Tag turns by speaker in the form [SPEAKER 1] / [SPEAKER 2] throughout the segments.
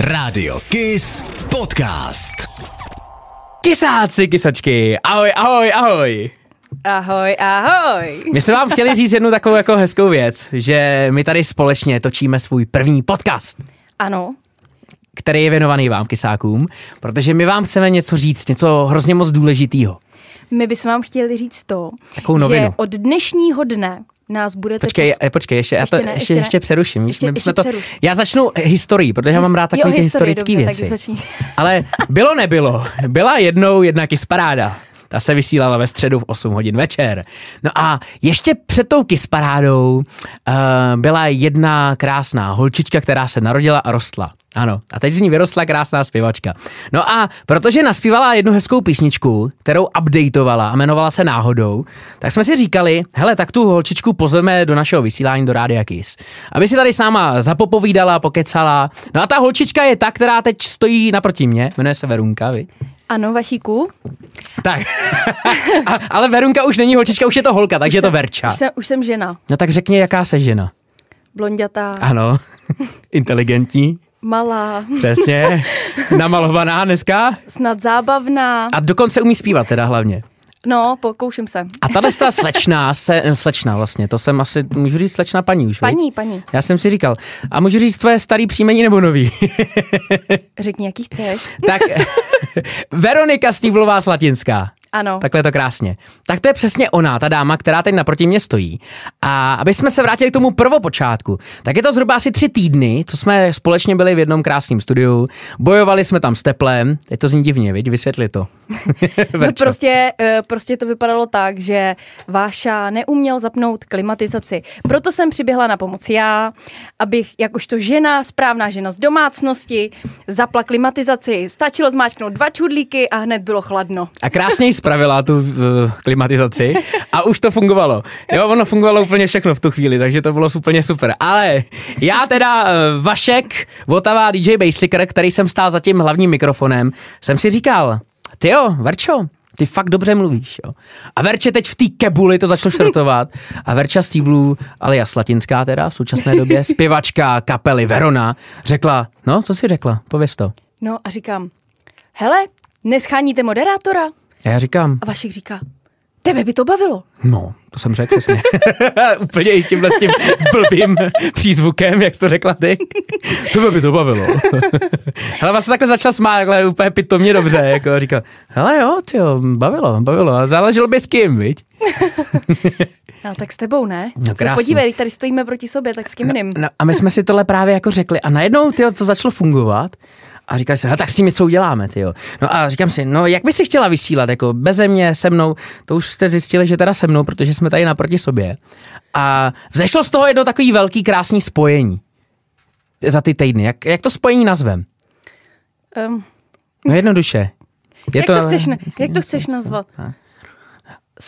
[SPEAKER 1] Radio KISS Podcast.
[SPEAKER 2] Kisáci, kisačky, ahoj, ahoj, ahoj.
[SPEAKER 3] Ahoj, ahoj.
[SPEAKER 2] My jsme vám chtěli říct jednu takovou jako hezkou věc, že my tady společně točíme svůj první podcast,
[SPEAKER 3] Ano,
[SPEAKER 2] který je věnovaný vám, kisákům, protože my vám chceme něco říct, něco hrozně moc důležitýho.
[SPEAKER 3] my bychom vám chtěli říct to,
[SPEAKER 2] Takovou novinu.
[SPEAKER 3] že od dnešního dne nás budete...
[SPEAKER 2] Počkej,
[SPEAKER 3] pos-
[SPEAKER 2] eh, počkej, ještě, já to,
[SPEAKER 3] jako Ještě ne,
[SPEAKER 2] ještě,
[SPEAKER 3] ještě ne.
[SPEAKER 2] ještě přeruším. Víš,
[SPEAKER 3] Ještě-
[SPEAKER 2] my
[SPEAKER 3] ještě
[SPEAKER 2] jsme to,
[SPEAKER 3] přeruš.
[SPEAKER 2] já začnu historií, protože já mám rád
[SPEAKER 3] His-
[SPEAKER 2] takové
[SPEAKER 3] jo,
[SPEAKER 2] ty
[SPEAKER 3] historii,
[SPEAKER 2] historické
[SPEAKER 3] dobře, tak
[SPEAKER 2] věci.
[SPEAKER 3] začni.
[SPEAKER 2] Ale bylo nebylo. Byla jednou jedna kisparáda. Ta se vysílala ve středu v 8 hodin večer. No a ještě před tou kisparádou uh, byla jedna krásná holčička, která se narodila a rostla. Ano, a teď z ní vyrostla krásná zpěvačka. No a protože naspívala jednu hezkou písničku, kterou updateovala a jmenovala se Náhodou, tak jsme si říkali, hele, tak tu holčičku pozveme do našeho vysílání do Rádia Kiss, aby si tady s náma zapopovídala, pokecala. No a ta holčička je ta, která teď stojí naproti mě, jmenuje se Verunka, vy?
[SPEAKER 3] Ano, Vašíku,
[SPEAKER 2] Tak, a, ale Verunka už není holčička, už je to holka, takže je to
[SPEAKER 3] jsem-
[SPEAKER 2] Verča.
[SPEAKER 3] už jsem, už jsem žena,
[SPEAKER 2] No tak řekni, jaká se žena.
[SPEAKER 3] blondětá,
[SPEAKER 2] Ano, inteligentní,
[SPEAKER 3] malá,
[SPEAKER 2] přesně, namalovaná dneska
[SPEAKER 3] snad zábavná.
[SPEAKER 2] a dokonce umí zpívat teda hlavně.
[SPEAKER 3] No, pokouším se.
[SPEAKER 2] A tahle ta slečná, se, eh, slečná vlastně, to jsem asi, můžu říct slečná paní už, viď?
[SPEAKER 3] Paní, paní,
[SPEAKER 2] Já jsem si říkal, a můžu říct tvoje starý příjmení nebo nový?
[SPEAKER 3] řekni, jaký chceš.
[SPEAKER 2] tak Veronika Stívlová Slatinská.
[SPEAKER 3] Ano, tak.
[SPEAKER 2] Takhle je to krásně. Tak to je přesně ona, ta dáma, která teď naproti mě stojí. A aby jsme se vrátili k tomu prvopočátku, tak je to zhruba asi tři týdny, co jsme společně byli v jednom krásném studiu. Bojovali jsme tam s teplem. Teď to zní divně, viď? Vysvětli to.
[SPEAKER 3] No
[SPEAKER 2] Verčo.
[SPEAKER 3] prostě, eh, prostě to vypadalo tak, že Váša neuměl zapnout klimatizaci. Proto jsem přiběhla na pomoc já, abych jakožto žena, správná žena z domácnosti, zapla klimatizaci. Stačilo zmáčknout dva čudlíky a hned bylo chladno.
[SPEAKER 2] A krásně jí spravila tu uh, klimatizaci a už to fungovalo. Jo, ono fungovalo úplně všechno v tu chvíli, takže to bylo úplně super. Ale já teda uh, Vašek, Votava, DJ Baslicker, který jsem stál za tím hlavním mikrofonem, jsem si říkal, ty jo, Verčo, ty fakt dobře mluvíš, jo. A Verče teď v té kebuli to začalo šrotovat. A Verča Stýblů, ale já slatinská teda v současné době, zpěvačka kapely Verona, řekla, no, co si řekla, pověz to.
[SPEAKER 3] No a říkám, hele, nescháníte moderátora?
[SPEAKER 2] A já říkám,
[SPEAKER 3] A Vašek říká, tebe by to bavilo.
[SPEAKER 2] No, to jsem řekl přesně. Úplně i tímhle s tím blbým přízvukem, jak jsi to řekla ty. To by, by to bavilo. Hele, vlastně takhle začal smát, takhle úplně pitomně dobře, jako říkal, hele jo, tyjo, bavilo, bavilo, a záleželo by s kým, viď?
[SPEAKER 3] No tak s tebou, ne?
[SPEAKER 2] No,
[SPEAKER 3] Se
[SPEAKER 2] krásný.
[SPEAKER 3] Podívej, teď tady stojíme proti sobě, tak s kým jiným?
[SPEAKER 2] No, a my jsme si tohle právě jako řekli a najednou tyjo, to začalo fungovat a říkali se, "Hele, tak s tím něco uděláme, tyjo. No a říkám si, no jak by si chtěla vysílat, jako beze mě, se mnou, to už jste zjistili, že teda se mnou, protože jsme tady naproti sobě. A vzešlo z toho jedno takový velký krásný spojení za ty týdny. Jak, jak to spojení nazvem?
[SPEAKER 3] Um,
[SPEAKER 2] No jednoduše. Je
[SPEAKER 3] jak, to, chceš, ne, jak to chceš nazvat?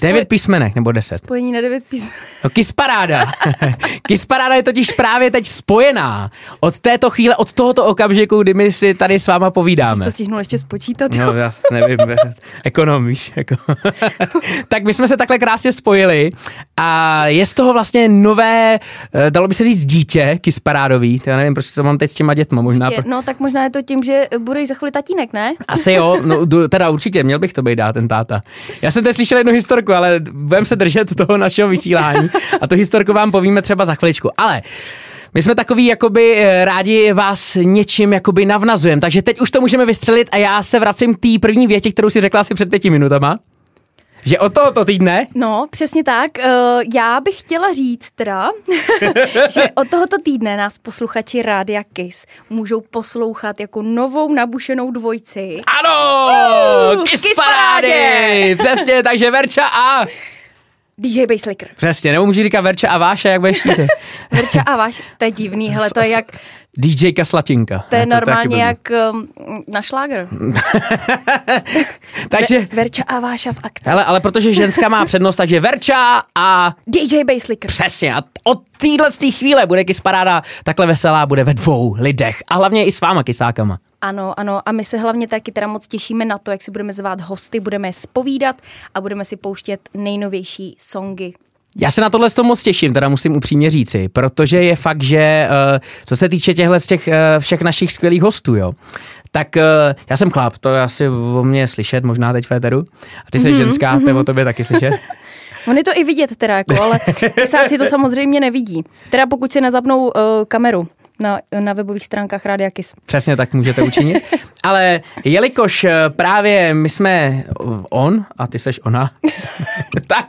[SPEAKER 2] Devět písmenek nebo deset.
[SPEAKER 3] Spojení na devět písmen.
[SPEAKER 2] No, Kisparáda. Kisparáda je totiž právě teď spojená. Od této chvíle, od tohoto okamžiku, kdy my si tady s váma povídáme.
[SPEAKER 3] To stihnul ještě spočítat.
[SPEAKER 2] No, já s- nevím, ekonom, víš, jako. tak my jsme se takhle krásně spojili a je z toho vlastně nové, eh, dalo by se říct dítě, kisparádový, to já nevím, proč to mám teď s těma dětma, možná.
[SPEAKER 3] Je,
[SPEAKER 2] pro-
[SPEAKER 3] no tak možná je to tím, že budeš za chvíli tatínek, ne?
[SPEAKER 2] Asi jo, no, du- teda určitě, měl bych to být dát, ten táta. Já jsem teď slyšel jednu historku, ale budeme se držet toho našeho vysílání a tu historku vám povíme třeba za chviličku. Ale my jsme takový, jakoby eh, rádi vás něčím jakoby navnazujeme, takže teď už to můžeme vystřelit a já se vracím k té první větě, kterou si řekla asi před pěti minutama. Že od tohoto týdne
[SPEAKER 3] No, přesně tak. Eh, Já bych chtěla říct teda, že od tohoto týdne nás posluchači Rádia Kiss můžou poslouchat jako novou nabušenou dvojici.
[SPEAKER 2] ano,
[SPEAKER 3] Uh,
[SPEAKER 2] kiss
[SPEAKER 3] Kiss
[SPEAKER 2] parády!
[SPEAKER 3] parádě!
[SPEAKER 2] Přesně, takže Verča a...
[SPEAKER 3] DJ Baselicker.
[SPEAKER 2] Přesně, nebo můžu říkat Verča a Váša, jak budeš chtít ty.
[SPEAKER 3] Verča a váš, to je divný, hele, to je jak,
[SPEAKER 2] DJka Slatinka.
[SPEAKER 3] to je
[SPEAKER 2] taky blbý.
[SPEAKER 3] normálně jak um, na šláger.
[SPEAKER 2] Takže,
[SPEAKER 3] Ver, Verča a váša v akci.
[SPEAKER 2] hele, ale protože ženská má přednost, takže Verča a
[SPEAKER 3] DJ Baselicker.
[SPEAKER 2] přesně. A t- od téhle z té chvíle bude kisparáda takhle veselá, bude ve dvou lidech. A hlavně i s váma kisákama.
[SPEAKER 3] Ano, ano, a my se hlavně taky teda moc těšíme na to, jak si budeme zvát hosty, budeme je spovídat a budeme si pouštět nejnovější songy.
[SPEAKER 2] Já se na tohle to moc těším, teda musím upřímně říci, protože je fakt, že eh, co se týče těchhle z těch eh, všech našich skvělých hostů, jo, tak eh, já jsem chlap, to je asi o mně slyšet, možná teď v éteru. A ty
[SPEAKER 3] Mhm,
[SPEAKER 2] jsi ženská, to je o tobě taky slyšet.
[SPEAKER 3] On je to i vidět teda, jako, ale pisáci to samozřejmě nevidí. Teda pokud si nezapnou uh, kameru na, na webových stránkách Rádia Kiss.
[SPEAKER 2] Přesně tak můžete učinit. Ale jelikož eh, právě my jsme on a ty seš ona, tak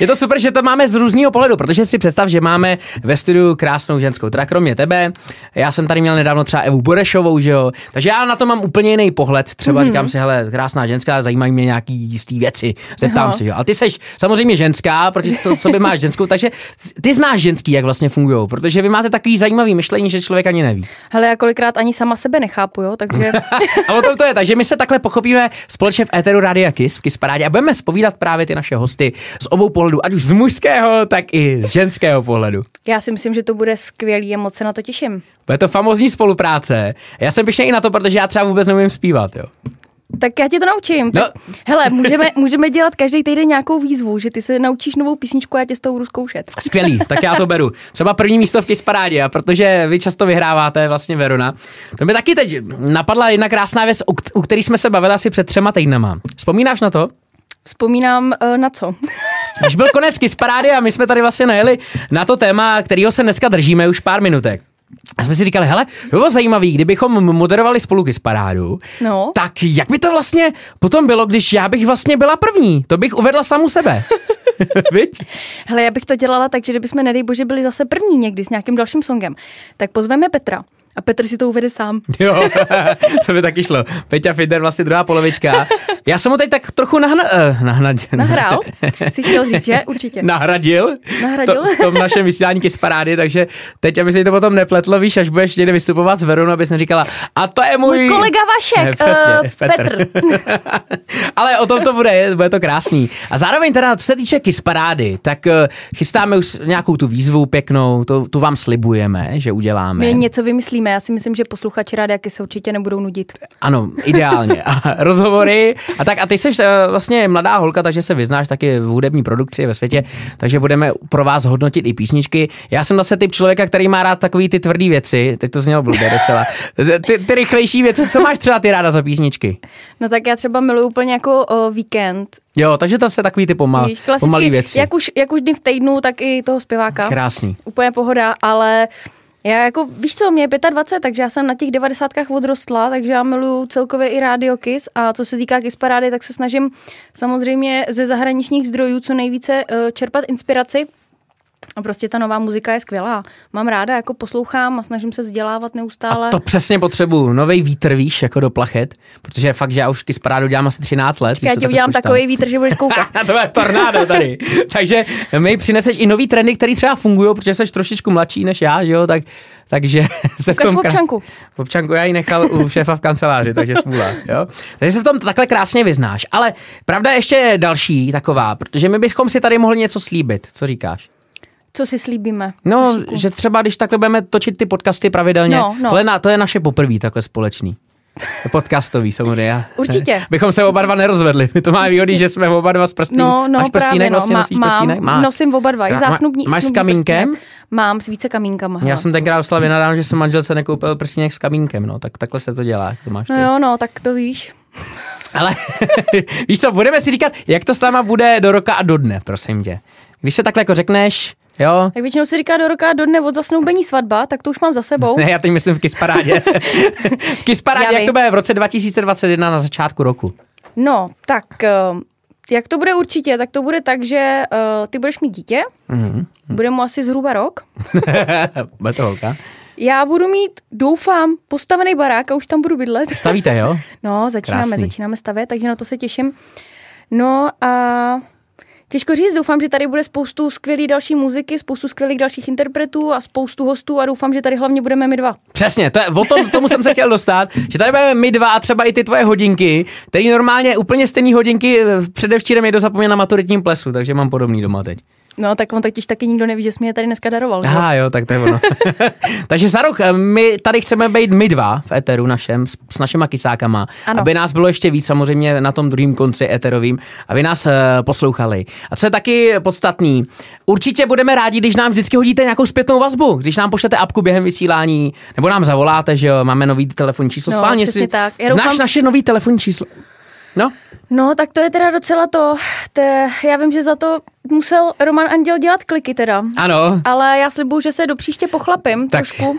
[SPEAKER 2] je to super, že to máme z různého pohledu, protože si představ, že máme ve studiu krásnou ženskou, teda kromě tebe. Já jsem tady měl nedávno třeba Evu Borešovou, že jo. Takže já na to mám úplně jiný pohled. Třeba mm-hmm. říkám si, hele, krásná ženská, zajímají mě nějaký jistý věci, zeptám
[SPEAKER 3] Aha.
[SPEAKER 2] se, jo. A ty seš samozřejmě ženská, protože to sobě máš ženskou, takže ty znáš ženský, jak vlastně fungují, protože vy máte takový zajímavý myšlení, že člověk ani neví.
[SPEAKER 3] Hele, já kolikrát ani sama sebe nechápu, jo, takže
[SPEAKER 2] a o tom to je, takže my se takhle pochopíme společně v éteru Rádia Kiss, v Kiss Parádě a budeme spovídat právě ty naše hosty z obou pohledů, ať už z mužského, tak i z ženského pohledu.
[SPEAKER 3] já si myslím, že to bude skvělý a moc se na to těším.
[SPEAKER 2] Bude to famozní spolupráce. Já jsem pišnej i na to, protože já třeba vůbec neumím zpívat, jo.
[SPEAKER 3] Tak já tě to naučím. No. Hele, můžeme, můžeme dělat každý týden nějakou výzvu, že ty se naučíš novou písničku a já tě s tou budu zkoušet.
[SPEAKER 2] Skvělý, tak já to beru. Třeba první místo v Kiss Parádě, a protože vy často vyhráváte vlastně Verona. To mi taky teď napadla jedna krásná věc, u, k- u který jsme se bavili asi před třema týdnama. Vzpomínáš na to?
[SPEAKER 3] Vzpomínám eh, na co.
[SPEAKER 2] Když byl konec z parády a my jsme tady vlastně najeli na to téma, kterého se dneska držíme už pár minutek. A jsme si říkali, hele, to bylo zajímavý, kdybychom moderovali spolu z parádu,
[SPEAKER 3] No.
[SPEAKER 2] tak jak by to vlastně potom bylo, když já bych vlastně byla první? To bych uvedla samu sebe. Viď?
[SPEAKER 3] Hele, já bych to dělala tak, že kdybychom, nedej bože, byli zase první někdy s nějakým dalším songem, tak pozveme Petra a Petr si to uvede sám.
[SPEAKER 2] Jo, to by taky šlo. Peťa Fider, vlastně druhá polovička. Já jsem mu teď tak trochu nahna, eh, nahnad,
[SPEAKER 3] Nahrál? Jsi chtěl říct, že? Určitě.
[SPEAKER 2] nahradil,
[SPEAKER 3] Nahradil.
[SPEAKER 2] To, v tom našem vysílání z parády, takže teď, aby se to potom nepletlo, víš, až budeš někde vystupovat s Verunou, abys neříkala, a to je můj...
[SPEAKER 3] Můj kolega Vašek,
[SPEAKER 2] Ne, přesně,
[SPEAKER 3] eh, Petr.
[SPEAKER 2] Ale o tom to bude, je- bude to krásný. A zároveň teda, co se týče Kiss parády, tak eh, chystáme už nějakou tu výzvu pěknou, to, tu vám slibujeme, že uděláme.
[SPEAKER 3] My něco vymyslíme, já si myslím, že posluchači rádi, jaké se určitě nebudou nudit.
[SPEAKER 2] Ano, ideálně. A rozhovory. A tak a ty jsi eh, vlastně mladá holka, takže se vyznáš taky v hudební produkci ve světě, takže budeme pro vás hodnotit i písničky. Já jsem zase typ člověka, který má rád takový ty tvrdý věci. Teď to znělo blbě docela. Ty, ty rychlejší věci, co máš třeba ty ráda za písničky?
[SPEAKER 3] No tak já třeba miluji úplně jako o, víkend.
[SPEAKER 2] Jo, takže to se takový ty pomal,
[SPEAKER 3] Víš, klasicky, jako-
[SPEAKER 2] pomalý věci.
[SPEAKER 3] Jak už, jak už dny v týdnu, tak i toho zpěváka.
[SPEAKER 2] Krásný.
[SPEAKER 3] Úplně pohoda, ale já jako, víš co, mě je 25, takže já jsem na těch devadesátkách odrostla, takže já miluju celkově i rádio KIS a co se týká KIS parády, tak se snažím samozřejmě ze zahraničních zdrojů co nejvíce eh, čerpat inspiraci. A prostě ta nová muzika je skvělá. Mám ráda, jako poslouchám a snažím se vzdělávat neustále.
[SPEAKER 2] To přesně potřebuju. Nový vítr, víš, jako do plachet, protože fakt, že já už kysprádu dělám asi 13 let. když
[SPEAKER 3] já
[SPEAKER 2] to
[SPEAKER 3] ti
[SPEAKER 2] tak
[SPEAKER 3] udělám
[SPEAKER 2] spočítám.
[SPEAKER 3] takový vítr, že budeš koukat.
[SPEAKER 2] to je tornádo tady. takže mi přineseš i nový trendy, které třeba fungují, protože jsi trošičku mladší než já, že jo, tak, takže se v
[SPEAKER 3] Ukaž
[SPEAKER 2] tom
[SPEAKER 3] v občanku.
[SPEAKER 2] V občanku já ji nechal u šéfa v kanceláři, takže smůla, jo. Takže se v tom takhle krásně vyznáš. Ale pravda ještě je další taková, protože my bychom si tady mohli něco slíbit. Co říkáš?
[SPEAKER 3] Co si slíbíme?
[SPEAKER 2] No,
[SPEAKER 3] Vašku?
[SPEAKER 2] že třeba když takhle budeme točit ty podcasty pravidelně,
[SPEAKER 3] No, no.
[SPEAKER 2] To, je na, to je naše poprvé takhle společný. Podcastový samozřejmě. já-
[SPEAKER 3] Určitě.
[SPEAKER 2] Bychom se oba dva nerozvedli. My to máme výhody, že jsme oba dva s prstín.
[SPEAKER 3] No, no,
[SPEAKER 2] Máš
[SPEAKER 3] právě,
[SPEAKER 2] prstínek,
[SPEAKER 3] no.
[SPEAKER 2] vlastně
[SPEAKER 3] Ma-
[SPEAKER 2] nosíš
[SPEAKER 3] mám,
[SPEAKER 2] prstínek? Máš.
[SPEAKER 3] Nosím oba dva, i
[SPEAKER 2] Krá-
[SPEAKER 3] zásnubní.
[SPEAKER 2] Máš s
[SPEAKER 3] snubní
[SPEAKER 2] kamínkem?
[SPEAKER 3] prstínek. Mám s více kamínkama. no. hele.
[SPEAKER 2] Já jsem tenkrát oslavě nadal, že jsem manželce nekoupil prstínek s kamínkem, no, tak takhle se to dělá, to máš ty.
[SPEAKER 3] No jo, no, tak to víš.
[SPEAKER 2] Ale víš co, budeme si říkat, jak to s náma bude do roka a do dne, prosím tě. Když se takhle jako řekneš, jo,
[SPEAKER 3] Tak většinou se říká do roka a do dne od zasnoubení svatba, tak to už mám za sebou.
[SPEAKER 2] ne, já teď myslím v Kisparádě. v Kisparádě,
[SPEAKER 3] Oh. Já
[SPEAKER 2] jak
[SPEAKER 3] vím.
[SPEAKER 2] to bude v roce 2021 na začátku roku.
[SPEAKER 3] No, tak eh, jak to bude určitě, tak to bude tak, že eh, ty budeš mít dítě,
[SPEAKER 2] Mhm.
[SPEAKER 3] mm-hmm. bude mu asi zhruba rok.
[SPEAKER 2] Eh, bude to holka.
[SPEAKER 3] Já budu mít, doufám, postavený barák a už tam budu bydlet.
[SPEAKER 2] Stavíte, jo?
[SPEAKER 3] No, začínáme,
[SPEAKER 2] Krásný.
[SPEAKER 3] začínáme stavět, takže na to se těším. No a těžko říct, doufám, že tady bude spoustu skvělé další muziky, spoustu skvělých dalších interpretů a spoustu hostů a doufám, že tady hlavně budeme my dva.
[SPEAKER 2] Přesně, to je, o tom, tomu jsem se chtěl dostat, že tady budeme my dva a třeba i ty tvoje hodinky, které normálně úplně stejné hodinky eh, předevčírem je dozapomněl na maturitním plesu, takže mám podobný doma teď.
[SPEAKER 3] No, tak on totiž taky nikdo neví, že jsme je tady dneska daroval. že jo?
[SPEAKER 2] Aha, jo, tak to je ono. Takže za rok eh, my tady chceme být my dva v éteru našem, s, s našima kysákama,
[SPEAKER 3] Ano.
[SPEAKER 2] aby nás bylo ještě víc samozřejmě na tom druhém konci éterovým, aby nás uh, poslouchali. A co je taky podstatný, určitě budeme rádi, když nám vždycky hodíte nějakou zpětnou vazbu, když nám pošlete apku během vysílání, nebo nám zavoláte, že jo, máme nový telefonní číslo.
[SPEAKER 3] No,
[SPEAKER 2] Schválně
[SPEAKER 3] přesně
[SPEAKER 2] si,
[SPEAKER 3] tak. Já
[SPEAKER 2] Znáš
[SPEAKER 3] doufám-
[SPEAKER 2] naše nový telefonní číslo? No,
[SPEAKER 3] No, tak to je teda docela to. Te, já vím, že za to musel Roman Anděl dělat kliky teda.
[SPEAKER 2] ano.
[SPEAKER 3] Ale já slibuju, že se do příště pochlapím tak.
[SPEAKER 2] Tak.
[SPEAKER 3] trošku.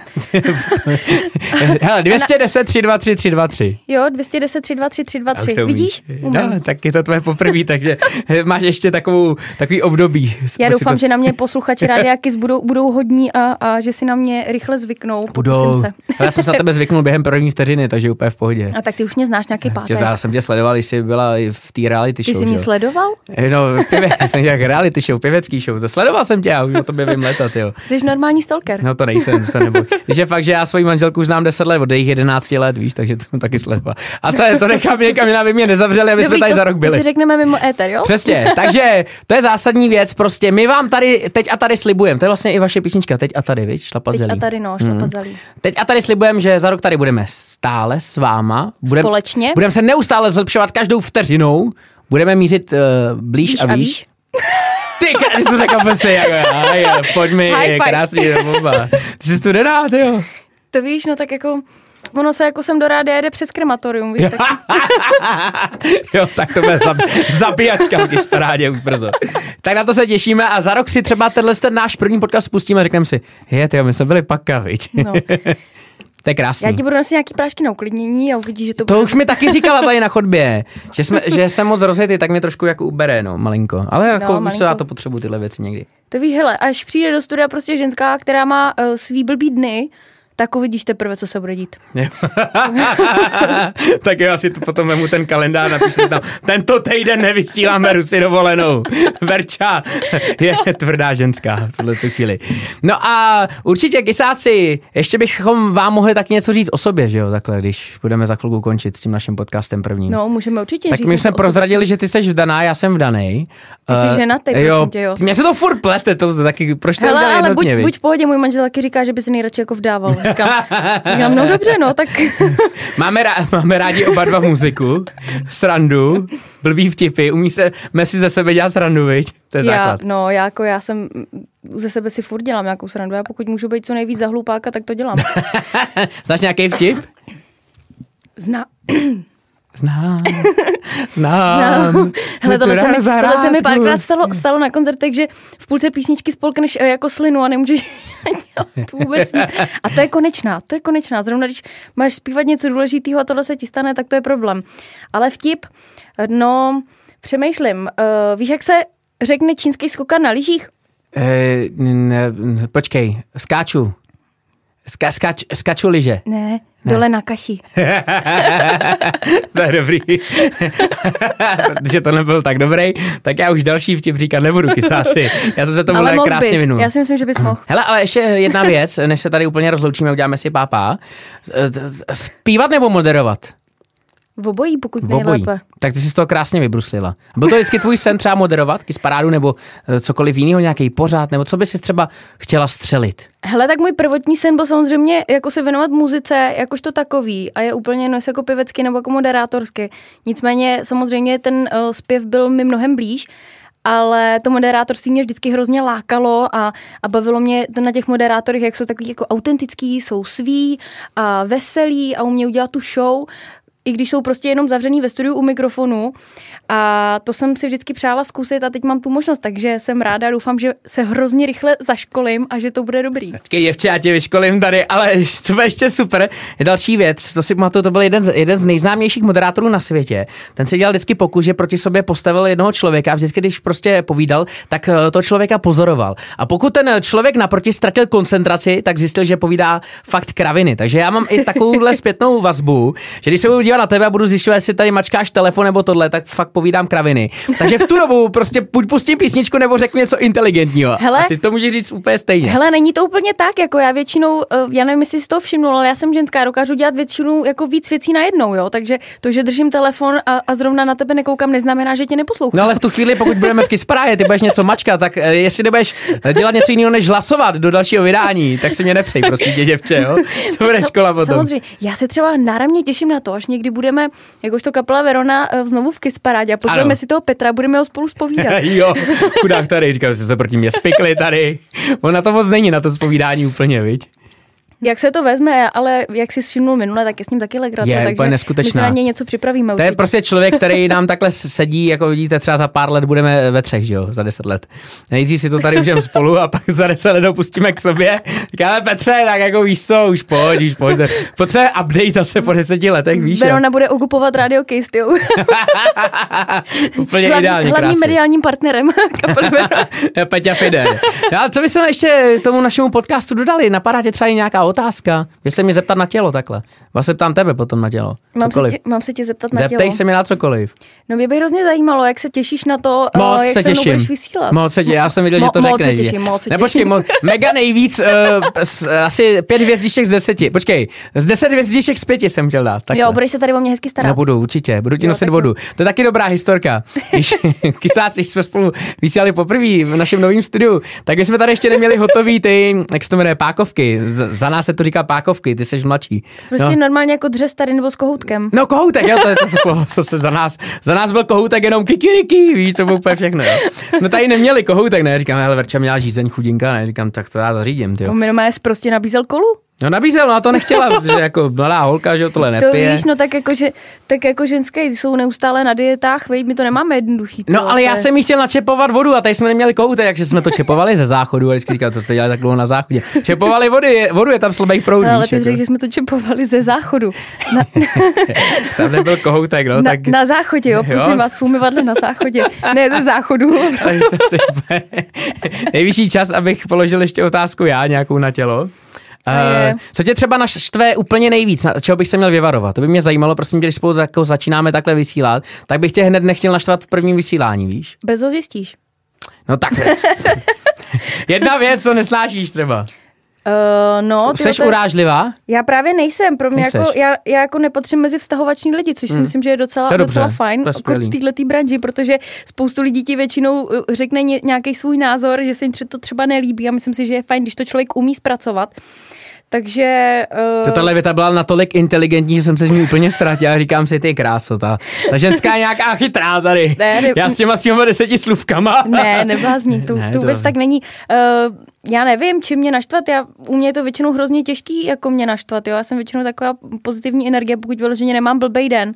[SPEAKER 2] Hele, 210 323 323.
[SPEAKER 3] Jo, 210 323
[SPEAKER 2] Já už to
[SPEAKER 3] 323.
[SPEAKER 2] umíš.
[SPEAKER 3] Vidíš? Umím.
[SPEAKER 2] No, tak je to tvoje poprvé, takže máš ještě takovou, takový období.
[SPEAKER 3] Já
[SPEAKER 2] Si
[SPEAKER 3] doufám,
[SPEAKER 2] to-
[SPEAKER 3] že na mě posluchači Rádia Kiss budou, budou hodní a, a že si na mě rychle zvyknou.
[SPEAKER 2] Budou.
[SPEAKER 3] Pokusím se.
[SPEAKER 2] Ale já jsem se na tebe zvyknul během první vteřiny, takže úplně v pohodě.
[SPEAKER 3] A tak ty už mě znáš nějaký
[SPEAKER 2] Tě,
[SPEAKER 3] pátek.
[SPEAKER 2] já jsem tě sledoval, když jsi byla i v té reality
[SPEAKER 3] Ty
[SPEAKER 2] show.
[SPEAKER 3] jsi
[SPEAKER 2] že
[SPEAKER 3] mě
[SPEAKER 2] jo?
[SPEAKER 3] sledoval?
[SPEAKER 2] No, pivě, jsem jak reality show, pěvecký show. To sledoval jsem tě, já už o tobě vím letat, jo.
[SPEAKER 3] Jsi normální stalker.
[SPEAKER 2] No to nejsem, se neboj. Když je fakt, že já svoji manželku znám 10 let, od jejich 11 let, víš, takže to jsem taky sledoval. A to je, to nechám někam jinam, aby mě nezavřeli, aby jsme tady
[SPEAKER 3] to,
[SPEAKER 2] za rok byli.
[SPEAKER 3] To si řekneme mimo éter, jo?
[SPEAKER 2] Přesně, takže to je zásadní věc, prostě my vám tady teď a tady slibujeme, to je vlastně i vaše písnička, teď a tady, víš, šlapat
[SPEAKER 3] Teď
[SPEAKER 2] zelí.
[SPEAKER 3] a tady no, šlapat
[SPEAKER 2] Hmm.
[SPEAKER 3] zelí.
[SPEAKER 2] Teď a tady slibujeme, že za rok tady budeme stále s váma. Budem,
[SPEAKER 3] Společně.
[SPEAKER 2] Budeme se neustále zlepšovat každou vteřinou, budeme mířit uh, blíž,
[SPEAKER 3] Blíž
[SPEAKER 2] a
[SPEAKER 3] a
[SPEAKER 2] výš.
[SPEAKER 3] výš.
[SPEAKER 2] Ty, k- ty jsi to řekl prostě jako já, aj, pojď mi,
[SPEAKER 3] High five.
[SPEAKER 2] krásný bomba. Ty jsi to nedá, ty jo.
[SPEAKER 3] To víš, no tak jako, ono se jako sem do rádia jede přes krematorium, víš, tak
[SPEAKER 2] jo, tak to bude zab, zabíjačka v parádě už brzo. Tak na to se těšíme a za rok si třeba tenhle ten náš první podcast spustíme a řekneme si, je, tyjo, my jsme byli paka, viď?
[SPEAKER 3] no.
[SPEAKER 2] to je krásný.
[SPEAKER 3] Já ti budu nosit nějaký prášky na uklidnění a uvidíš, že to,
[SPEAKER 2] To
[SPEAKER 3] bude...
[SPEAKER 2] už mi taky říkala tady na chodbě, že, jsme, že jsem moc rozjetý, tak mě trošku jako ubere, no, malinko. Ale jako no,
[SPEAKER 3] No,
[SPEAKER 2] už se na
[SPEAKER 3] malinko.
[SPEAKER 2] to potřebuji tyhle věci někdy.
[SPEAKER 3] To víš, hele, až přijde do studia prostě ženská, která má uh, svý blbý dny, tak uvidíš teprve, co se bude dít.
[SPEAKER 2] tak jo, asi to potom vemu ten kalendář, napíšu si tam, tento týden nevysíláme Rusy dovolenou. Verča je tvrdá ženská v tuhle tu chvíli. No a určitě, kysáci, ještě bychom vám mohli taky něco říct o sobě, že jo, takhle, když budeme za chvilku končit s tím naším podcastem prvním.
[SPEAKER 3] No, můžeme určitě
[SPEAKER 2] Tak
[SPEAKER 3] říct.
[SPEAKER 2] my
[SPEAKER 3] něco
[SPEAKER 2] jsme
[SPEAKER 3] o sobě.
[SPEAKER 2] prozradili, že ty jsi vdaná, já jsem vdaný.
[SPEAKER 3] Ty jsi
[SPEAKER 2] Eh,
[SPEAKER 3] ženatý,
[SPEAKER 2] jo,
[SPEAKER 3] prosím tě, jo.
[SPEAKER 2] Mně se to furt plete, to taky, proč to
[SPEAKER 3] Hele,
[SPEAKER 2] udělali
[SPEAKER 3] ale buď,
[SPEAKER 2] jednotně, viď?
[SPEAKER 3] buď v pohodě, můj manžel taky říká, že by se nejradši jako vdával. Říkám, říkám, no dobře, no, tak
[SPEAKER 2] Máme, rá, máme rádi oba dva muziku, srandu, blbý vtipy, umí se mesi ze sebe dělat srandu, viď? To je
[SPEAKER 3] já,
[SPEAKER 2] základ.
[SPEAKER 3] no, já, jako, já jsem ze sebe si furt dělám nějakou srandu. Já pokud můžu být co nejvíc za hlupáka, tak to dělám.
[SPEAKER 2] Znáš nějaký vtip?
[SPEAKER 3] Zna,
[SPEAKER 2] Znám, znám.
[SPEAKER 3] No. Hele, tohle se, mi,
[SPEAKER 2] Ráno
[SPEAKER 3] tohle se mi
[SPEAKER 2] mm, zahrádku.
[SPEAKER 3] párkrát stalo, stalo na koncertech, že v půlce písničky spolkneš eh, jako slinu a nemůžeš dělat vůbec nic. A to je konečná, to je konečná. Zrovna když máš zpívat něco důležitého a tohle se ti stane, tak to je problém. Ale vtip, no, přemýšlím. Uh, víš, jak se řekne čínský skokan na lyžích?
[SPEAKER 2] Eh, ne, ne, počkej, skáču. Ska, skač, skaču liže.
[SPEAKER 3] Ne, dole na kaši.
[SPEAKER 2] To je dobrý. Protože to nebyl tak dobrý, tak já už další vtip říkat nebudu, kysáci. Já jsem se tomu
[SPEAKER 3] Ale
[SPEAKER 2] tak
[SPEAKER 3] mohl
[SPEAKER 2] krásně
[SPEAKER 3] bys.
[SPEAKER 2] vinul.
[SPEAKER 3] Já si myslím, že bys mohl.
[SPEAKER 2] Hele, ale ještě jedna věc, než se tady úplně rozloučíme, uděláme si pápá. Z- z- Zpívat nebo moderovat?
[SPEAKER 3] V obojí, pokud
[SPEAKER 2] V obojí.
[SPEAKER 3] nejlépe.
[SPEAKER 2] Tak ty jsi z toho krásně vybruslila. Byl to vždycky tvůj sen třeba moderovat, kis parádu nebo eh, cokoliv jiného, nějaký pořád, nebo co bys si třeba chtěla střelit?
[SPEAKER 3] Hele, tak můj prvotní sen byl samozřejmě jako se věnovat muzice, jakožto takový a je úplně jedno, jestli jako pěvecky nebo jako moderátorsky. Nicméně samozřejmě ten uh, zpěv byl mi mnohem blíž, ale to moderátorství mě vždycky hrozně lákalo a, a bavilo mě to na těch moderátorech, jak jsou takový jako autentický, jsou sví a veselí a umějí udělat tu show i když jsou prostě jenom zavřený ve studiu u mikrofonu. A to jsem si vždycky přála zkusit a teď mám tu možnost, takže jsem ráda, doufám, že se hrozně rychle zaškolím a že to bude dobrý.
[SPEAKER 2] Počkej, děvče, já tě vyškolím tady, ale to bude ještě super. Je další věc, to si pamatuju, to byl jeden z, jeden z nejznámějších moderátorů na světě. Ten si dělal vždycky pokus, že proti sobě postavil jednoho člověka a vždycky, když prostě povídal, tak eh, toho člověka pozoroval. A pokud ten eh, člověk naproti ztratil koncentraci, tak zjistil, že povídá fakt kraviny. Takže já mám i takovouhle zpětnou vazbu, že když se budu dívat na tebe a budu zjišťovat, jestli tady mačkáš telefon nebo tohle, tak fakt povídám kraviny. Takže v tu dobu prostě buď pustím písničku nebo řeknu něco inteligentního.
[SPEAKER 3] Hele.
[SPEAKER 2] a ty to můžeš říct úplně stejně.
[SPEAKER 3] Hele, není to úplně tak, jako já většinou, eh, já nevím, jestli jsi to všimnul, ale já jsem ženská, dokážu dělat většinu jako víc věcí najednou, jo, takže to, že držím telefon a, a zrovna na tebe nekoukám, neznamená, že tě neposlouchám.
[SPEAKER 2] No ale v tu chvíli, pokud budeme v Kisparáje, ty budeš něco mačkat, tak eh, jestli nebudeš dělat něco jiného, než hlasovat do dalšího vydání, tak se mě nepřej, prosím tě, děvče, jo? To bude
[SPEAKER 3] Sa-
[SPEAKER 2] škola potom.
[SPEAKER 3] Samozřejmě, já se třeba náramně těším na to, až někdy budeme, jakožto kapela Verona, eh, znovu v Kiss Parádě a pozveme
[SPEAKER 2] Ano.
[SPEAKER 3] si toho Petra, budeme ho spolu zpovídat.
[SPEAKER 2] jo, chudák tady, říkám, že se proti mě spikli tady. On na to moc není, na to zpovídání úplně, viď?
[SPEAKER 3] jak se to vezme, ale jak jsi všimnul minule, tak je s ním taky legrace,
[SPEAKER 2] Je,
[SPEAKER 3] takže
[SPEAKER 2] úplně neskutečná.
[SPEAKER 3] my se na něj něco
[SPEAKER 2] To
[SPEAKER 3] připravíme určitě.
[SPEAKER 2] je prostě člověk, který nám takhle s- sedí, jako vidíte, třeba za pár let budeme ve třech, že jo, za deset let. Nejdřív si to tady užijeme spolu a pak za deset let opustíme k sobě. Říkáme, Petře, tak jako víš co, už pojď, už pojď. Potřebuje update zase po deseti letech, víš? jo?
[SPEAKER 3] Verona bude okupovat Radio Kiss, jo.
[SPEAKER 2] Úplně
[SPEAKER 3] Hlavní-
[SPEAKER 2] ideálně
[SPEAKER 3] hlavním
[SPEAKER 2] krásně.
[SPEAKER 3] mediálním partnerem kapely Verona.
[SPEAKER 2] Eh, Peťa Fider. No a co bychom ještě k tomu našemu podcastu dodali? Napadá tě třeba i nějaká otázka? Že se mě zeptat na tělo takhle. Vás se ptám tebe potom na tělo.
[SPEAKER 3] Mám se,
[SPEAKER 2] Cokoliv.
[SPEAKER 3] tě, mám se tě zeptat na
[SPEAKER 2] Zeptej
[SPEAKER 3] tělo.
[SPEAKER 2] se mi na cokoliv.
[SPEAKER 3] No mě by hrozně zajímalo, jak se těšíš na to, eh,
[SPEAKER 2] Moc
[SPEAKER 3] jak
[SPEAKER 2] se
[SPEAKER 3] mnou
[SPEAKER 2] těším.
[SPEAKER 3] budeš vysílat.
[SPEAKER 2] Moc se těším. Já jsem viděl,
[SPEAKER 3] Mo-
[SPEAKER 2] že to
[SPEAKER 3] moc
[SPEAKER 2] řekne.
[SPEAKER 3] se těším,
[SPEAKER 2] jedině.
[SPEAKER 3] moc se
[SPEAKER 2] ne, počkej,
[SPEAKER 3] těším.
[SPEAKER 2] mo- mega nejvíc, uh, s, asi pět hvězdiček z deseti. Počkej, z deset hvězdiček z pěti jsem chtěl dát. Takhle.
[SPEAKER 3] Jo, budeš se tady o mě hezky starat.
[SPEAKER 2] No budu, určitě. Budu ti
[SPEAKER 3] Jo,
[SPEAKER 2] nosit
[SPEAKER 3] tak
[SPEAKER 2] vodu. To je taky dobrá historka. Když kysáci jsme spolu vysílali poprvé v našem novém studiu, tak my jsme tady ještě neměli hotový ty, jak se to jmenuje, pákovky. Za, za nás se to říká pákovky, ty jsi mladší.
[SPEAKER 3] Prostě normálně jako dřes tady nebo s kohoutkem.
[SPEAKER 2] No kohoutek, jo, to je to slovo, co se za nás, za nás byl kohoutek jenom kikiriki, víš, to bylo úplně všechno, jo. No tady neměli kohoutek, ne, říkám, hele, Verča měla žízeň chudinka, ne, říkám, tak to já zařídím, ty jo.
[SPEAKER 3] On mi normálně prostě nabízel kolu.
[SPEAKER 2] No nabízel, no a to nechtěla, protože jako mladá holka, že jo, tohle
[SPEAKER 3] To
[SPEAKER 2] nepije.
[SPEAKER 3] víš, no tak jako, že, tak jako ženské jsou neustále na dietách, vej, my to nemáme jednoduchý. ty
[SPEAKER 2] No
[SPEAKER 3] jo,
[SPEAKER 2] ale
[SPEAKER 3] to
[SPEAKER 2] já
[SPEAKER 3] je-
[SPEAKER 2] jsem jí chtěl načepovat vodu a tady jsme neměli kohoutek, takže jsme to čepovali ze záchodu a vždycky říkal, co jste dělali tak dlouho na záchodě. Čepovali vody, je- vodu je tam slabý proud,
[SPEAKER 3] No, ale
[SPEAKER 2] víš,
[SPEAKER 3] ty
[SPEAKER 2] jako.
[SPEAKER 3] jsi řekl, že jsme to čepovali ze záchodu. Na,
[SPEAKER 2] tam nebyl kohoutek, no,
[SPEAKER 3] na,
[SPEAKER 2] tak...
[SPEAKER 3] na záchodě, jo,
[SPEAKER 2] Jo.
[SPEAKER 3] prosím vás, v umyvadle na záchodě. Ne, ze záchodu.
[SPEAKER 2] tak jsem si... Nejvyšší čas, abych položil ještě otázku já nějakou na tělo.
[SPEAKER 3] je.
[SPEAKER 2] Uh, co tě třeba naštve úplně nejvíc, na čeho bych se měl vyvarovat? To by mě zajímalo, prosím, tě, když spolu jako začínáme takhle vysílat, tak bych tě hned nechtěl naštvat v prvním vysílání, víš?
[SPEAKER 3] Brzo zjistíš.
[SPEAKER 2] No tak. Jedna věc, co nesnášíš třeba.
[SPEAKER 3] Uh, no, ty
[SPEAKER 2] Jseš
[SPEAKER 3] jo, to-
[SPEAKER 2] urážlivá?
[SPEAKER 3] Já právě nejsem, pro mě
[SPEAKER 2] Nejseš. Hmm.
[SPEAKER 3] jako, já, já jako nepatřím mezi vztahovační lidi, což si myslím, že je docela,
[SPEAKER 2] To je dobře,
[SPEAKER 3] docela fajn,
[SPEAKER 2] to je
[SPEAKER 3] akorát v
[SPEAKER 2] skvělý.
[SPEAKER 3] této branži, protože spoustu lidí ti většinou uh, řekne ně, nějaký svůj názor, že se jim tře- to třeba nelíbí a myslím si, že je fajn, když to člověk umí zpracovat. Takže... Uh,
[SPEAKER 2] To tahle věta byla natolik inteligentní, že jsem se z ní úplně ztratil a říkám si, ty kráso, ta, ta ženská je nějaká chytrá tady.
[SPEAKER 3] Ne, ne-
[SPEAKER 2] Já s těma s těma deseti slůvkama.
[SPEAKER 3] Ne, neblázni, to,
[SPEAKER 2] Ne,
[SPEAKER 3] to
[SPEAKER 2] to-
[SPEAKER 3] vůbec tak není. Uh, já nevím, čím mě naštvat, já, u mě je to většinou hrozně těžký, jako mě naštvat, jo, já jsem většinou taková pozitivní energie, pokud vyloženě nemám blbej den,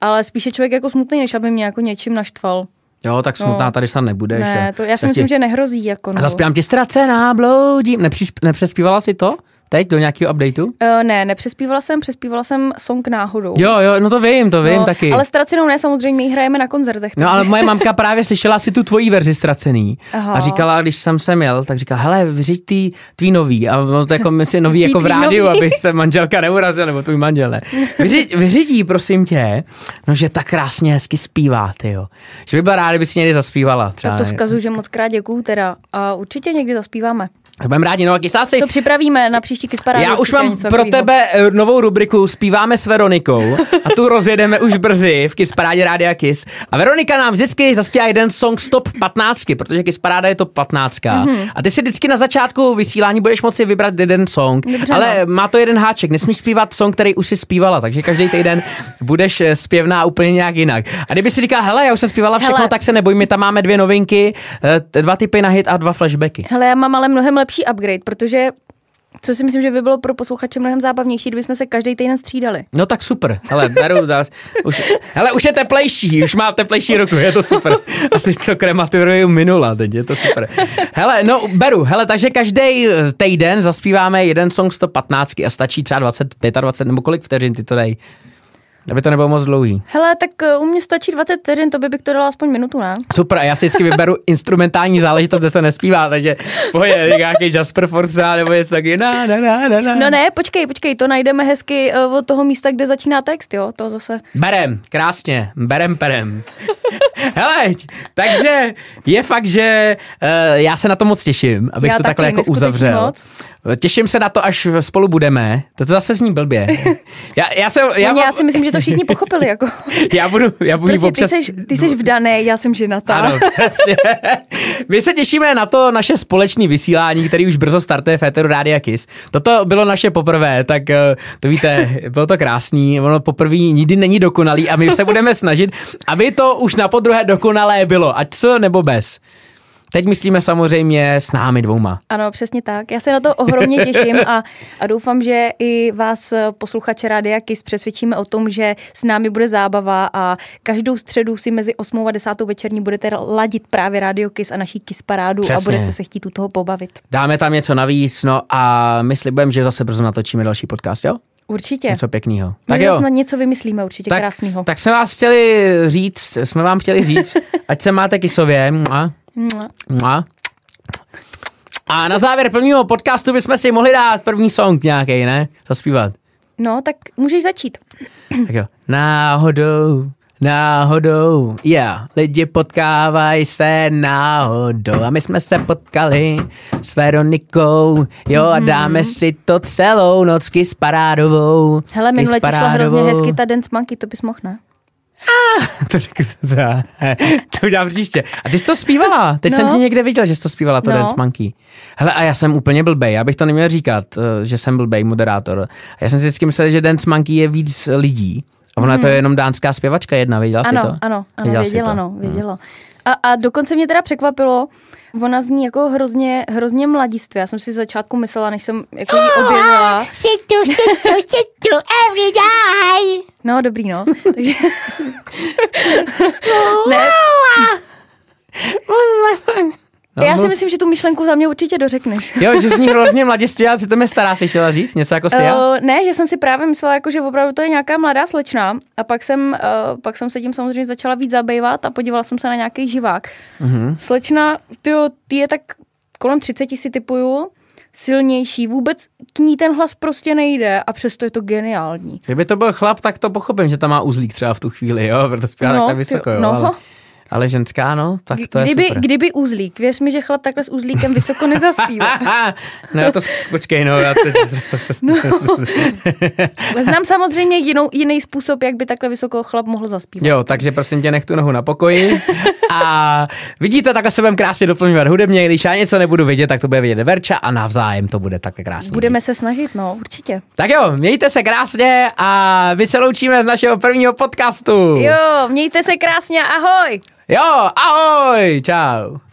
[SPEAKER 3] ale spíše člověk jako smutný, než aby mě jako něčím naštval.
[SPEAKER 2] Jo, tak smutná
[SPEAKER 3] No.
[SPEAKER 2] tady snad nebudeš.
[SPEAKER 3] Ne,
[SPEAKER 2] jo.
[SPEAKER 3] to, já si
[SPEAKER 2] Tak
[SPEAKER 3] myslím,
[SPEAKER 2] ti-
[SPEAKER 3] že nehrozí. Jako, no.
[SPEAKER 2] A zaspívám ti ztracená bloudím. Nepřispí, nepřespívala si to? Teď do nějakého updateu?
[SPEAKER 3] Uh, ne, nepřespívala jsem, přespívala jsem song náhodou.
[SPEAKER 2] Jo, jo, no to vím, to vím
[SPEAKER 3] no,
[SPEAKER 2] taky.
[SPEAKER 3] Ale ztracenou ne, samozřejmě ji hrajeme na koncertech.
[SPEAKER 2] No ale moje mamka právě slyšela si tu tvojí verzi ztracený
[SPEAKER 3] Aha.
[SPEAKER 2] a říkala, když jsem sem jel, tak říkala, hele, vyřiď ty tvý nový a ono to jako my si nový
[SPEAKER 3] Ty
[SPEAKER 2] jako v
[SPEAKER 3] tvý
[SPEAKER 2] rádiu,
[SPEAKER 3] nový.
[SPEAKER 2] aby se manželka neurazila, nebo tvůj manžel, ne. Vyřiď, vyřiď jí, prosím tě, no že tak krásně hezky zpívá, ty jo. Že by byla ráda, kdyby si někdy zaspívala. Třeba,
[SPEAKER 3] Tak to
[SPEAKER 2] ne.
[SPEAKER 3] vzkazuju, že moc krát děkuju teda. A určitě někdy zaspíváme.
[SPEAKER 2] Tak Budeme rádi, no a kysáci,
[SPEAKER 3] To připravíme na příští Kisparádu.
[SPEAKER 2] já už
[SPEAKER 3] určitě
[SPEAKER 2] mám
[SPEAKER 3] něco
[SPEAKER 2] pro
[SPEAKER 3] takovýho.
[SPEAKER 2] tebe eh, novou rubriku Spíváme s Veronikou a tu rozjedeme už brzy v Kiss Parádě Rádia Kiss. A Veronika nám vždycky zaspívá jeden song z top 15, protože Kiss Paráda je to 15.
[SPEAKER 3] Mhm.
[SPEAKER 2] Mm-hmm. A ty si vždycky na začátku vysílání budeš moci vybrat jeden song,
[SPEAKER 3] Dobře, no.
[SPEAKER 2] ale má to jeden háček, nesmíš zpívat song, který už si zpívala, takže každý týden budeš eh, zpěvná úplně nějak jinak. A kdyby si říkal, hele, já už jsem zpívala všechno,
[SPEAKER 3] Hele.
[SPEAKER 2] tak se neboj, my tam máme dvě novinky, eh, t- dva typy na hit a dva flashbacky.
[SPEAKER 3] Hele, já mám ale mnohem lepší upgrade, protože co si myslím, že by bylo pro posluchače mnohem zábavnější, kdybychom se každý týden střídali.
[SPEAKER 2] No tak super, hele, beru zás. Už, hele, už je teplejší, už má teplejší ruku, je to super. Asi to krematorium minula teď, je to super. Hele, no beru, hele, takže každý týden zaspíváme jeden song 115 a stačí třeba 20, 25 nebo kolik vteřin ty to dej? Aby to nebylo moc dlouhý.
[SPEAKER 3] Hele, tak eh, u mě stačí 20 vteřin, to by bych to dala aspoň minutu, ne?
[SPEAKER 2] Super, a já si vždycky vyberu instrumentální záležitost, kde se nespívá, takže poje nějaký Jasper Ford třeba nebo něco taky. Na, na, na, na, na.
[SPEAKER 3] No ne, počkej, počkej, to najdeme hezky eh, od toho místa, kde začíná text, jo, to zase.
[SPEAKER 2] Berem, krásně, berem, perem. Hele, takže je fakt, že uh, já se na to moc těším, abych
[SPEAKER 3] Já
[SPEAKER 2] to takhle
[SPEAKER 3] taky,
[SPEAKER 2] jako
[SPEAKER 3] neskutečně
[SPEAKER 2] uzavřel.
[SPEAKER 3] moc.
[SPEAKER 2] Těším se na to, až spolu budeme. To to zase zní blbě. Já, já, se, já,
[SPEAKER 3] Já,
[SPEAKER 2] mám-
[SPEAKER 3] já si myslím, že to všichni pochopili, jako.
[SPEAKER 2] já budu, já budu
[SPEAKER 3] Prostě ty
[SPEAKER 2] občas...
[SPEAKER 3] seš, ty seš vdaný, já jsem ženatá.
[SPEAKER 2] Ano, přesně. My se těšíme na to naše společné vysílání, který už brzo startuje v Eteru Rádia Kiss. Toto bylo naše poprvé, tak eh, to víte, bylo to krásný. Ono poprvé nikdy není dokonalý a my se budeme snažit, aby to už na podruhé dokonalé bylo, ať co nebo bez. Teď myslíme samozřejmě s námi dvouma.
[SPEAKER 3] Ano, přesně tak. Já se na to ohromně těším a, a doufám, že i vás eh, posluchače Rádia Kiss přesvědčíme o tom, že s námi bude zábava a každou středu si mezi 8 a 10 večerní budete ladit právě Rádio Kiss a naší Kiss parádu
[SPEAKER 2] Přesně.
[SPEAKER 3] a budete se chtít u toho pobavit.
[SPEAKER 2] Dáme tam něco navíc, no a my slibujeme, že zase brzo natočíme další podcast, jo?
[SPEAKER 3] Určitě.
[SPEAKER 2] Něco pěkného.
[SPEAKER 3] Tak
[SPEAKER 2] Tak
[SPEAKER 3] My
[SPEAKER 2] jo.
[SPEAKER 3] na něco vymyslíme určitě tak, krásného.
[SPEAKER 2] tak jsme vás chtěli říct, jsme vám chtěli říct, ať se máte kisově. Mua, mua. A na závěr prvního podcastu bychom si mohli dát první song nějaký, ne? Zaspívat.
[SPEAKER 3] No, tak můžeš začít.
[SPEAKER 2] Tak jo. Náhodou, náhodou, yeah. Lidi potkávají se náhodou. A my jsme se potkali s Veronikou, jo,
[SPEAKER 3] Mhm.
[SPEAKER 2] a dáme si to celou nocky s parádovou.
[SPEAKER 3] Hele,
[SPEAKER 2] Ty
[SPEAKER 3] minule
[SPEAKER 2] s
[SPEAKER 3] ti šla hrozně
[SPEAKER 2] Parádovou.
[SPEAKER 3] hezky ta Dance Monkey, to bys mohl, ne?
[SPEAKER 2] To řekl jsem teda. To udělám příště. A ty jsi to zpívala. Teď no. jsem
[SPEAKER 3] No.
[SPEAKER 2] tě někde viděl, že jsi to zpívala, to no.
[SPEAKER 3] No.
[SPEAKER 2] Dance Monkey. Hele, a já jsem úplně blbej. Já bych to neměl říkat, eh, že jsem blbej moderátor. Já jsem si vždycky myslel, že Dance Monkey je víc lidí. A ona to je jenom dánská zpěvačka jedna, věděla
[SPEAKER 3] Mhm.
[SPEAKER 2] jsi
[SPEAKER 3] ano,
[SPEAKER 2] to?
[SPEAKER 3] ano, ano,
[SPEAKER 2] Věděla
[SPEAKER 3] věděla,
[SPEAKER 2] jsi to?
[SPEAKER 3] věděla
[SPEAKER 2] Hm.
[SPEAKER 3] no, věděla. A, a dokonce mě teda překvapilo, ona zní jako hrozně, hrozně mladistvě. Já jsem si z začátku myslela, než jsem jako ji objevila.
[SPEAKER 4] Ah, Sit to, sit to, sit to every day.
[SPEAKER 3] No, dobrý, no. Takže... ne,
[SPEAKER 2] No,
[SPEAKER 3] já si
[SPEAKER 2] mluv.
[SPEAKER 3] myslím, že tu myšlenku za mě určitě dořekneš.
[SPEAKER 2] Jo, že zní hrozně mladiství, ale přitom je stará, jsi chtěla říct? Něco jako si já?
[SPEAKER 3] Eh, ne, že jsem si právě myslela, jako, že opravdu to je nějaká mladá slečna a pak jsem, uh, pak jsem se tím samozřejmě začala víc zabývat a podívala jsem se na nějaký živák.
[SPEAKER 2] Mhm.
[SPEAKER 3] Mm-hmm. Slečna, tyjo, ty je tak kolem 30 si typuju, silnější, vůbec k ní ten hlas prostě nejde a přesto je to geniální.
[SPEAKER 2] Kdyby to byl chlap, tak to pochopím, že tam má uzlík třeba v tu chvíli, jo, protože zpívá
[SPEAKER 3] No,
[SPEAKER 2] takhle
[SPEAKER 3] ty-
[SPEAKER 2] vysoko, jo,
[SPEAKER 3] no.
[SPEAKER 2] ale, ale, ženská, no, tak to je
[SPEAKER 3] kdyby,
[SPEAKER 2] super.
[SPEAKER 3] kdyby úzlík, věř mi, že chlap takhle s úzlíkem vysoko nezaspívá.
[SPEAKER 2] no já to, s- počkej, no, já teď...
[SPEAKER 3] Ale Znám samozřejmě jinou, jiný způsob, jak by takhle vysoko chlap mohl zaspívat.
[SPEAKER 2] Jo, takže prosím tě, nech tu nohu na pokoji. A vidíte, takhle se budeme krásně doplňovat hudebně. Když já něco nebudu vidět, tak to bude vidět Verča a navzájem to bude také krásné.
[SPEAKER 3] Budeme se snažit, no, určitě.
[SPEAKER 2] Tak jo, mějte se krásně a my se loučíme z našeho prvního podcastu.
[SPEAKER 3] Jo, mějte se krásně, ahoj!
[SPEAKER 2] jo ahoj, čau.